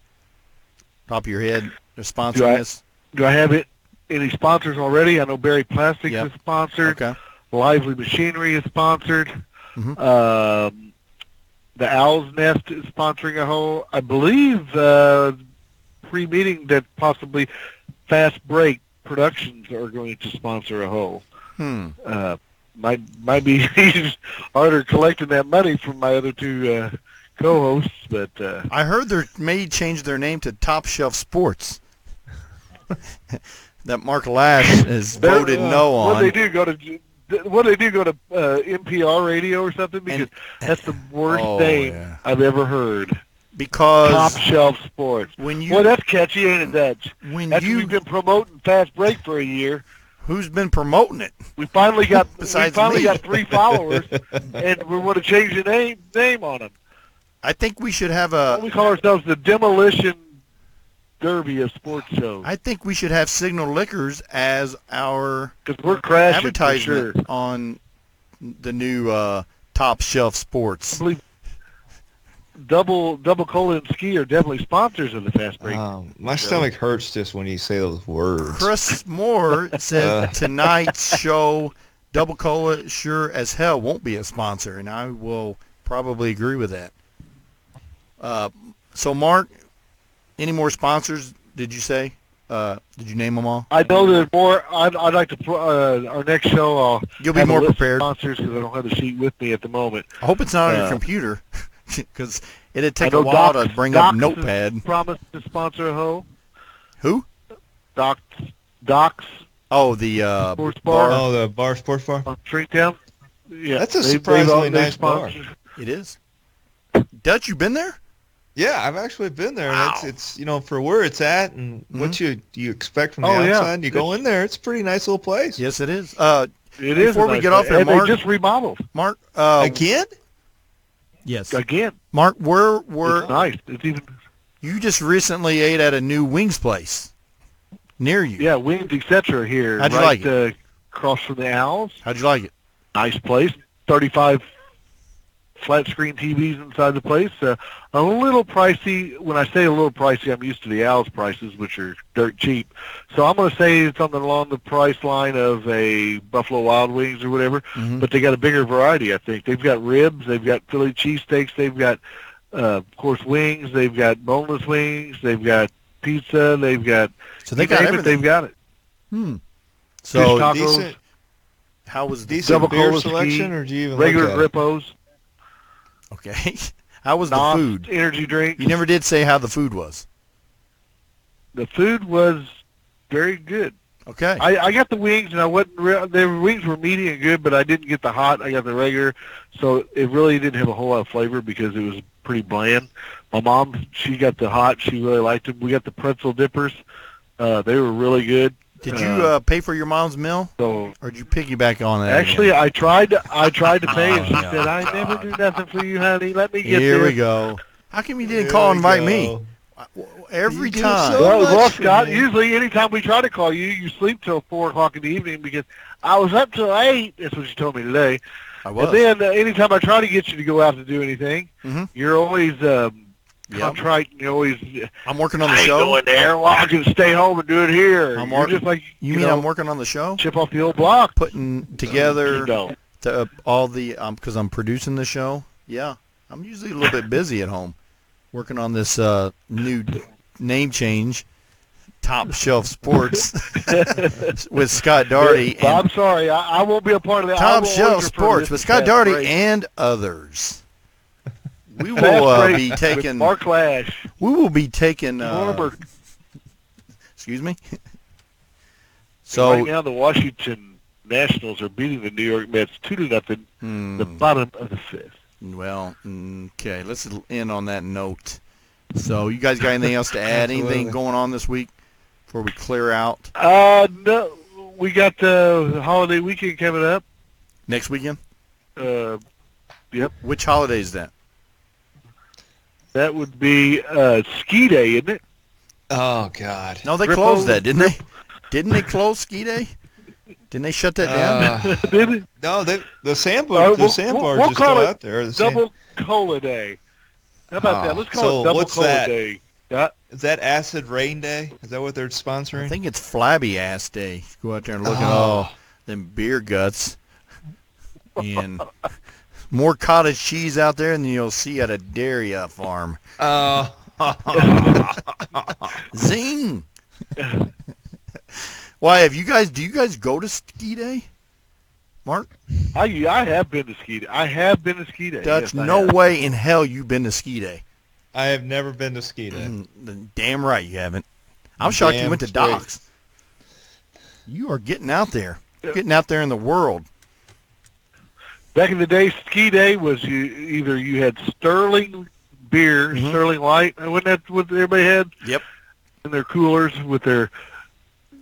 [SPEAKER 1] top of your head? They're
[SPEAKER 3] Do
[SPEAKER 1] sponsoring
[SPEAKER 3] I-
[SPEAKER 1] this.
[SPEAKER 3] Do I have it? Any sponsors already? I know Barry Plastics
[SPEAKER 1] Yep.
[SPEAKER 3] is sponsored.
[SPEAKER 1] Okay.
[SPEAKER 3] Lively Machinery is sponsored.
[SPEAKER 1] Mhm.
[SPEAKER 3] Um, the Owl's Nest is sponsoring a whole, I believe, uh, pre-meeting that possibly Fast Break Productions are going to sponsor a whole.
[SPEAKER 1] Hmm.
[SPEAKER 3] Uh, might might be harder collecting that money from my other two uh, co-hosts, but uh,
[SPEAKER 1] I heard they may change their name to Top Shelf Sports. that Mark Lash has
[SPEAKER 3] They're- uh,
[SPEAKER 1] voted no on.
[SPEAKER 3] What they do go to what they do go to uh, NPR radio or something because
[SPEAKER 1] And-
[SPEAKER 3] that's the worst
[SPEAKER 1] Oh,
[SPEAKER 3] name
[SPEAKER 1] yeah.
[SPEAKER 3] I've ever heard. Top
[SPEAKER 1] because
[SPEAKER 3] shelf sports.
[SPEAKER 1] when you
[SPEAKER 3] Well, that's catchy, ain't it, Dutch?
[SPEAKER 1] when
[SPEAKER 3] After
[SPEAKER 1] you
[SPEAKER 3] we've been promoting Fast Break for a year,
[SPEAKER 1] who's been promoting it,
[SPEAKER 3] we finally got we
[SPEAKER 1] Besides
[SPEAKER 3] finally
[SPEAKER 1] me.
[SPEAKER 3] got three followers, and we want to change the name name on them.
[SPEAKER 1] I think we should have a.
[SPEAKER 3] we call ourselves the Demolition Derby of sports shows
[SPEAKER 1] I think we should have Signal Liquors as our
[SPEAKER 3] because we're crashing for sure.
[SPEAKER 1] advertisement on the new uh, Top Shelf Sports.
[SPEAKER 3] Double Double Cola and Ski are definitely sponsors of the Fast
[SPEAKER 1] Uh,
[SPEAKER 3] Break.
[SPEAKER 2] um, my stomach hurts just when you say those words.
[SPEAKER 1] Chris Moore
[SPEAKER 2] Uh.
[SPEAKER 1] said tonight's show, Double Cola, sure as hell won't be a sponsor, and I will probably agree with that. Uh, so, Mark, any more sponsors? Did you say? Uh, did you name them all?
[SPEAKER 3] I know there's more. I'd, I'd like to. pl- Uh, our next show, I'll
[SPEAKER 1] You'll be
[SPEAKER 3] have a
[SPEAKER 1] more
[SPEAKER 3] list of
[SPEAKER 1] prepared.
[SPEAKER 3] Sponsors, because I don't have the sheet with me at the moment.
[SPEAKER 1] I hope it's not on your
[SPEAKER 3] Uh,
[SPEAKER 1] computer, because it'd take
[SPEAKER 3] I
[SPEAKER 1] a
[SPEAKER 3] know
[SPEAKER 1] while
[SPEAKER 3] Docs-
[SPEAKER 1] to bring up
[SPEAKER 3] Docs is-
[SPEAKER 1] Notepad.
[SPEAKER 3] Promise to sponsor a hoe.
[SPEAKER 1] Who?
[SPEAKER 3] Docs, Docs
[SPEAKER 1] Oh, the uh,
[SPEAKER 3] Sports Bar,
[SPEAKER 1] bar.
[SPEAKER 2] Oh, the bar sports bar.
[SPEAKER 3] on Shrinktown. Yeah,
[SPEAKER 2] That's a
[SPEAKER 3] they've-
[SPEAKER 2] surprisingly
[SPEAKER 3] they've- they've
[SPEAKER 2] nice bar.
[SPEAKER 3] sponsored-
[SPEAKER 1] It is. Dutch, you been there?
[SPEAKER 2] Yeah, I've actually been there. And it's
[SPEAKER 1] Wow.
[SPEAKER 2] it's you know for where it's at and what you you expect from the
[SPEAKER 3] Oh, yeah.
[SPEAKER 2] outside. You go in there, it's a pretty nice little place.
[SPEAKER 1] Yes, it is. Uh,
[SPEAKER 3] It is.
[SPEAKER 1] Before
[SPEAKER 3] a
[SPEAKER 1] we
[SPEAKER 3] nice
[SPEAKER 1] get off
[SPEAKER 3] place.
[SPEAKER 1] there,
[SPEAKER 3] and
[SPEAKER 1] Mark-
[SPEAKER 3] they just remodeled
[SPEAKER 1] Mark. Uh,
[SPEAKER 2] Again?
[SPEAKER 4] yes.
[SPEAKER 3] again.
[SPEAKER 1] Mark, where were
[SPEAKER 3] it's nice. It's even.
[SPEAKER 1] You just recently ate at a new wings place near you.
[SPEAKER 3] Yeah, wings, etc. Here,
[SPEAKER 1] How'd you
[SPEAKER 3] right?
[SPEAKER 1] like it?
[SPEAKER 3] uh, across from the Owls.
[SPEAKER 1] How'd you like it?
[SPEAKER 3] Nice place. 35 flat screen TVs inside the place. Uh, a little pricey. When I say a little pricey, I'm used to the Owls prices, which are dirt cheap. So I'm going to say it's something along the price line of a Buffalo Wild Wings or whatever.
[SPEAKER 1] Mhm.
[SPEAKER 3] But they got a bigger variety, I think. They've got ribs. They've got Philly cheesesteaks. They've got, uh, of course, wings. They've got boneless wings. They've got pizza. They've got.
[SPEAKER 1] So they
[SPEAKER 3] you
[SPEAKER 1] got
[SPEAKER 3] name it,
[SPEAKER 1] everything.
[SPEAKER 3] they've got it.
[SPEAKER 4] Hmm.
[SPEAKER 1] So
[SPEAKER 3] Fish tacos,
[SPEAKER 2] decent,
[SPEAKER 1] how was the
[SPEAKER 2] decent
[SPEAKER 3] Double
[SPEAKER 2] beer
[SPEAKER 3] cola ski,
[SPEAKER 2] selection, or do you even
[SPEAKER 3] regular
[SPEAKER 2] look at it?
[SPEAKER 3] Rippos,
[SPEAKER 1] okay? How was the
[SPEAKER 3] non
[SPEAKER 1] food?
[SPEAKER 3] energy drinks.
[SPEAKER 1] You never did say how the food was.
[SPEAKER 3] the food was very good.
[SPEAKER 1] Okay.
[SPEAKER 3] I, I got the wings, and I wasn't. Re- the wings were medium good, but I didn't get the hot. I got the regular, so it really didn't have a whole lot of flavor because it was pretty bland. My mom, she got the hot. She really liked it. We got the pretzel dippers. Uh, they were really good.
[SPEAKER 1] Did you uh, pay for your mom's meal,
[SPEAKER 3] So
[SPEAKER 1] or did you piggyback on that?
[SPEAKER 3] actually, I tried. To, I tried to pay, and she
[SPEAKER 1] Oh,
[SPEAKER 3] said, "I never do nothing for you, honey. Let me get
[SPEAKER 1] here
[SPEAKER 3] this."
[SPEAKER 1] we go. How come you didn't
[SPEAKER 2] Here
[SPEAKER 1] call and
[SPEAKER 2] we
[SPEAKER 1] invite
[SPEAKER 2] go.
[SPEAKER 1] me every
[SPEAKER 2] You do
[SPEAKER 1] time?
[SPEAKER 2] so-
[SPEAKER 3] Well,
[SPEAKER 2] much
[SPEAKER 3] well,
[SPEAKER 2] for
[SPEAKER 3] Scott,
[SPEAKER 2] me.
[SPEAKER 3] usually anytime we try to call you, you sleep till 4 o'clock in the evening because I was up till 8. That's what you told me today.
[SPEAKER 1] I was.
[SPEAKER 3] And then uh, anytime I try to get you to go out to do anything,
[SPEAKER 1] Mhm.
[SPEAKER 3] you're always um,
[SPEAKER 1] Yep.
[SPEAKER 3] contrite and you're always,
[SPEAKER 1] I'm working on the
[SPEAKER 3] I ain't
[SPEAKER 1] show.
[SPEAKER 3] going there. Well, I can stay home and do it here.
[SPEAKER 1] I'm
[SPEAKER 3] you're
[SPEAKER 1] working-
[SPEAKER 3] just like,
[SPEAKER 1] You,
[SPEAKER 3] you
[SPEAKER 1] mean
[SPEAKER 3] know,
[SPEAKER 1] I'm working on the show?
[SPEAKER 3] chip off the old block.
[SPEAKER 1] Putting together
[SPEAKER 3] You don't.
[SPEAKER 1] to, uh, all the because I'm producing the show. Yeah, I'm usually a little bit busy at home, working on this uh, new name change, Top Shelf Sports, with Scott Darty
[SPEAKER 3] But
[SPEAKER 1] and
[SPEAKER 3] I'm sorry. I, I won't be a part of that. I
[SPEAKER 1] Top
[SPEAKER 3] will
[SPEAKER 1] Shelf
[SPEAKER 3] order for
[SPEAKER 1] Sports
[SPEAKER 3] this
[SPEAKER 1] with Scott
[SPEAKER 3] past
[SPEAKER 1] Darty
[SPEAKER 3] break.
[SPEAKER 1] and others. We
[SPEAKER 3] Past
[SPEAKER 1] will uh,
[SPEAKER 3] break
[SPEAKER 1] be
[SPEAKER 3] with
[SPEAKER 1] taking.
[SPEAKER 3] Mark Lash,
[SPEAKER 1] We will be taking. Uh,
[SPEAKER 3] former
[SPEAKER 1] excuse me.
[SPEAKER 3] right
[SPEAKER 1] So
[SPEAKER 3] now, the Washington Nationals are beating the New York Mets two to nothing.
[SPEAKER 1] hmm,
[SPEAKER 3] The bottom of the fifth.
[SPEAKER 1] well, okay. Let's end on that note. So you guys got anything else to add? anything
[SPEAKER 2] Absolutely.
[SPEAKER 1] going on this week before we clear out
[SPEAKER 3] Uh, no, we got the holiday weekend coming up.
[SPEAKER 1] next weekend?
[SPEAKER 3] Uh,
[SPEAKER 1] Which holiday is that?
[SPEAKER 3] that would be uh, ski day, isn't it?
[SPEAKER 2] Oh God.
[SPEAKER 1] No, they
[SPEAKER 3] Grippo-
[SPEAKER 1] closed that, didn't they? Didn't they close Ski Day? Didn't they shut that down?
[SPEAKER 2] Uh,
[SPEAKER 3] Did it?
[SPEAKER 2] no, they, the sandbar,
[SPEAKER 3] All right,
[SPEAKER 2] the
[SPEAKER 3] we'll-
[SPEAKER 2] sandbar
[SPEAKER 3] we'll- we'll
[SPEAKER 2] just
[SPEAKER 3] call
[SPEAKER 2] still
[SPEAKER 3] it
[SPEAKER 2] out there. The sand-
[SPEAKER 3] Double cola day. How about
[SPEAKER 1] Ah,
[SPEAKER 3] that? Let's call
[SPEAKER 2] so
[SPEAKER 3] it double
[SPEAKER 2] what's
[SPEAKER 3] cola
[SPEAKER 2] that?
[SPEAKER 3] day.
[SPEAKER 2] is that Acid Rain Day? Is that what they're
[SPEAKER 1] I
[SPEAKER 2] sponsoring?
[SPEAKER 1] think it's Flabby Ass Day. Go out there and look at
[SPEAKER 2] Oh.
[SPEAKER 1] all them beer guts and more cottage cheese out there than you'll see at a dairy uh, farm.
[SPEAKER 2] Uh,
[SPEAKER 1] Zing! Why have you guys? Do you guys go to Ski Day, Mark?
[SPEAKER 3] I I have been to ski day. I have been to ski day.
[SPEAKER 1] Dutch,
[SPEAKER 3] Yes, I
[SPEAKER 1] no
[SPEAKER 3] have.
[SPEAKER 1] way in hell you've been to Ski Day.
[SPEAKER 2] I have never been to Ski Day.
[SPEAKER 1] Mm, Damn right you haven't. I'm shocked you
[SPEAKER 2] Damn
[SPEAKER 1] went to
[SPEAKER 2] straight.
[SPEAKER 1] docks. You are getting out there, You're getting out there in the world.
[SPEAKER 3] Back in the day, ski day was you either you had Sterling beer,
[SPEAKER 1] Mhm.
[SPEAKER 3] Sterling Light. and Wasn't that what everybody had
[SPEAKER 1] Yep.
[SPEAKER 3] in their coolers with their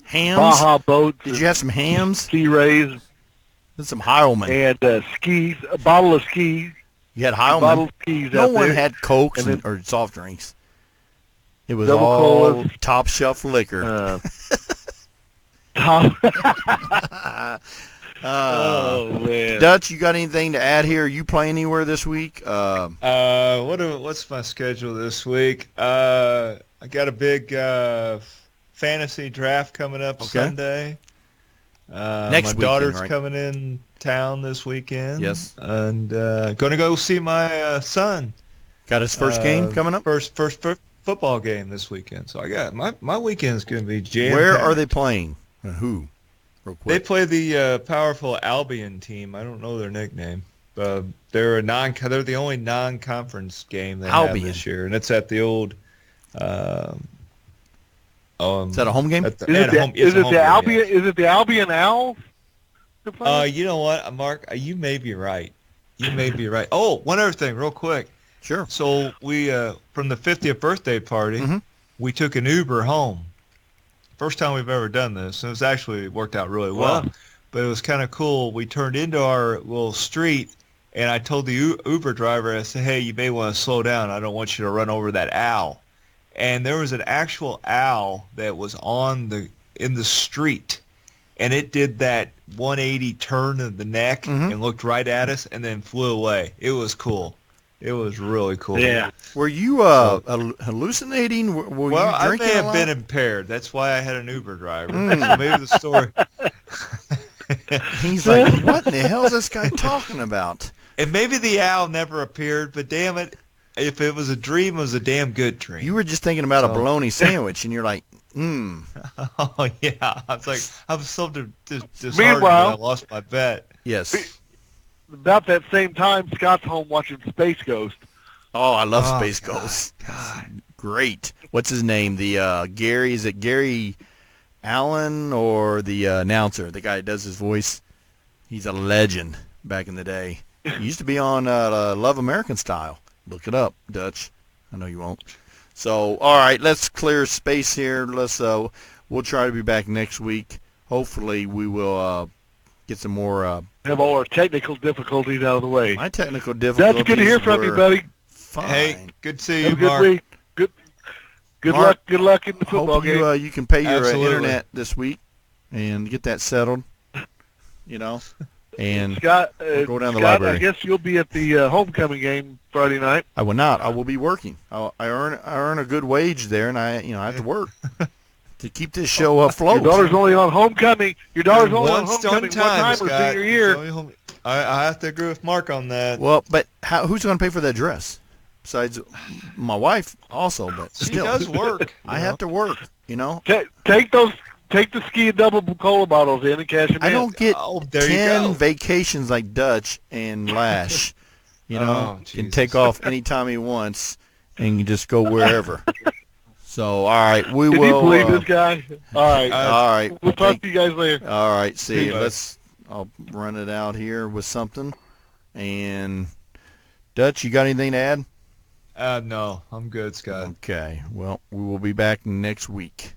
[SPEAKER 1] Hams?
[SPEAKER 3] Baja boats,
[SPEAKER 1] Did you have some hams?
[SPEAKER 3] sea rays,
[SPEAKER 1] That's some Heilman.
[SPEAKER 3] and uh, skis, a bottle of skis,
[SPEAKER 1] You had
[SPEAKER 3] a bottle
[SPEAKER 1] Heilman.
[SPEAKER 3] of skis
[SPEAKER 1] No
[SPEAKER 3] out
[SPEAKER 1] one
[SPEAKER 3] there.
[SPEAKER 1] had cokes
[SPEAKER 3] and
[SPEAKER 1] and, or soft drinks. It was
[SPEAKER 3] Double
[SPEAKER 1] all
[SPEAKER 3] colas.
[SPEAKER 1] top shelf liquor.
[SPEAKER 3] uh, Tom,
[SPEAKER 1] Uh,
[SPEAKER 3] oh man,
[SPEAKER 1] Dutch, you got anything to add here? You play anywhere this week? Uh,
[SPEAKER 2] Uh, what do, what's my schedule this week? Uh, I got a big uh, fantasy draft coming up
[SPEAKER 1] Okay.
[SPEAKER 2] Sunday. Uh,
[SPEAKER 1] Next
[SPEAKER 2] my
[SPEAKER 1] weekend,
[SPEAKER 2] daughter's
[SPEAKER 1] right?
[SPEAKER 2] coming in town this weekend.
[SPEAKER 1] Yes.
[SPEAKER 2] and uh, gonna go see my uh, son.
[SPEAKER 1] got his first
[SPEAKER 2] Uh,
[SPEAKER 1] game coming up.
[SPEAKER 2] First, first, fir- football game this weekend. So I got my my weekend's gonna be jam.
[SPEAKER 1] Where are they playing? And who? Real
[SPEAKER 2] They
[SPEAKER 1] quick.
[SPEAKER 2] play the uh, powerful Albion team. I don't know their nickname. Uh, they're a non. They're the only non-conference game they
[SPEAKER 1] Albion.
[SPEAKER 2] have this year, and it's at the old. Um, um,
[SPEAKER 1] Is that a home game?
[SPEAKER 2] at the,
[SPEAKER 3] is
[SPEAKER 2] at
[SPEAKER 3] it the,
[SPEAKER 2] home, it's
[SPEAKER 3] is
[SPEAKER 2] a
[SPEAKER 3] it
[SPEAKER 2] home
[SPEAKER 3] the
[SPEAKER 2] game,
[SPEAKER 3] Albion?
[SPEAKER 2] yeah.
[SPEAKER 3] Is it the Albion Owls? they're
[SPEAKER 2] Uh,
[SPEAKER 3] playing?
[SPEAKER 2] you know what, Mark? You may be right. You may be right. Oh, one other thing, real quick.
[SPEAKER 1] Sure.
[SPEAKER 2] So we uh, from the 50th birthday party,
[SPEAKER 1] Mhm.
[SPEAKER 2] we took an Uber home. First time we've ever done this, and it's actually worked out really well.
[SPEAKER 3] Wow.
[SPEAKER 2] But it was kind of cool. We turned into our little street, and I told the U- Uber driver, I said, "Hey, you may want to slow down. I don't want you to run over that owl." And there was an actual owl that was on the in the street, and it did that 180 turn of the neck
[SPEAKER 1] Mhm.
[SPEAKER 2] and looked right at us and then flew away. It was cool. It was really cool.
[SPEAKER 3] Yeah.
[SPEAKER 1] Were you uh, hal- hallucinating? Were, were
[SPEAKER 2] well,
[SPEAKER 1] you
[SPEAKER 2] I
[SPEAKER 1] drinking
[SPEAKER 2] may
[SPEAKER 1] a
[SPEAKER 2] have
[SPEAKER 1] lot?
[SPEAKER 2] been impaired. That's why I had an Uber driver.
[SPEAKER 1] Mm.
[SPEAKER 2] So maybe the story.
[SPEAKER 1] He's like, what in the hell is this guy talking about?
[SPEAKER 2] and maybe the owl never appeared, but damn it, if it was a dream, it was a damn good dream.
[SPEAKER 1] You were just thinking about a
[SPEAKER 2] So-
[SPEAKER 1] bologna sandwich, and you're like, hmm.
[SPEAKER 2] oh yeah, I was like, I was so dis- dis- disheartened
[SPEAKER 3] Meanwhile-
[SPEAKER 2] when I lost my bet.
[SPEAKER 1] Yes.
[SPEAKER 3] About that same time, Scott's home watching Space Ghost.
[SPEAKER 1] Oh, I love
[SPEAKER 2] Oh,
[SPEAKER 1] Space
[SPEAKER 2] God.
[SPEAKER 1] Ghost. Great. What's his name? The uh, Gary? Is it Gary Allen or the uh, announcer? The guy that does his voice. He's a legend back in the day. He used to be on uh, uh, Love American Style. Look it up, Dutch. I know you won't. So, all right, let's clear space here. Let's. Uh, we'll try to be back next week. Hopefully, we will uh, get some more. Uh,
[SPEAKER 3] Have all our technical difficulties out of the way.
[SPEAKER 1] my technical difficulties.
[SPEAKER 3] That's good to hear from you,
[SPEAKER 1] were
[SPEAKER 3] buddy.
[SPEAKER 1] Fine.
[SPEAKER 2] Hey, good to see
[SPEAKER 3] Have
[SPEAKER 2] you,
[SPEAKER 3] a good
[SPEAKER 2] Mark.
[SPEAKER 3] week. Good. Good
[SPEAKER 1] Mark,
[SPEAKER 3] luck. Good luck in the football
[SPEAKER 1] hope
[SPEAKER 3] game.
[SPEAKER 1] you uh, you can pay your uh,
[SPEAKER 2] Absolutely.
[SPEAKER 1] internet this week and get that settled. You know, and
[SPEAKER 3] Scott, uh,
[SPEAKER 1] go down the
[SPEAKER 3] Scott,
[SPEAKER 1] library.
[SPEAKER 3] I guess you'll be at the uh, homecoming game Friday night.
[SPEAKER 1] I will not. I will be working. I, I earn I earn a good wage there, and I you know I have to work to keep this show
[SPEAKER 3] Your daughter's
[SPEAKER 1] afloat.
[SPEAKER 3] only on homecoming. Your daughter's only
[SPEAKER 2] One
[SPEAKER 3] on homecoming
[SPEAKER 2] stone
[SPEAKER 3] one
[SPEAKER 2] time,
[SPEAKER 3] time her
[SPEAKER 2] Scott.
[SPEAKER 3] senior year.
[SPEAKER 2] It's only- I, I have to agree with Mark on that.
[SPEAKER 1] Well, but how, who's going to pay for that dress? Besides my wife, also, but
[SPEAKER 2] She
[SPEAKER 1] still,
[SPEAKER 2] does work.
[SPEAKER 1] I have to work. You know,
[SPEAKER 3] Ta- take those, take the ski and double cola bottles in and cash them
[SPEAKER 1] I
[SPEAKER 3] in.
[SPEAKER 1] don't get
[SPEAKER 2] Oh, there you
[SPEAKER 1] ten
[SPEAKER 2] go.
[SPEAKER 1] vacations like Dutch and Lash. You know,
[SPEAKER 2] Oh,
[SPEAKER 1] can
[SPEAKER 2] Jesus.
[SPEAKER 1] take off anytime he wants and can just go wherever. so all right, we
[SPEAKER 3] Can
[SPEAKER 1] will.
[SPEAKER 3] you believe
[SPEAKER 1] uh,
[SPEAKER 3] this guy? All right,
[SPEAKER 2] Uh,
[SPEAKER 1] all right,
[SPEAKER 3] we'll talk
[SPEAKER 1] thank-
[SPEAKER 3] to you guys later.
[SPEAKER 1] all right. See,
[SPEAKER 2] you, bud.
[SPEAKER 1] let's. I'll run it out here with something. And Dutch, you got anything to add?
[SPEAKER 2] Uh, no, I'm good, Scott.
[SPEAKER 1] Okay. Well, we will be back next week.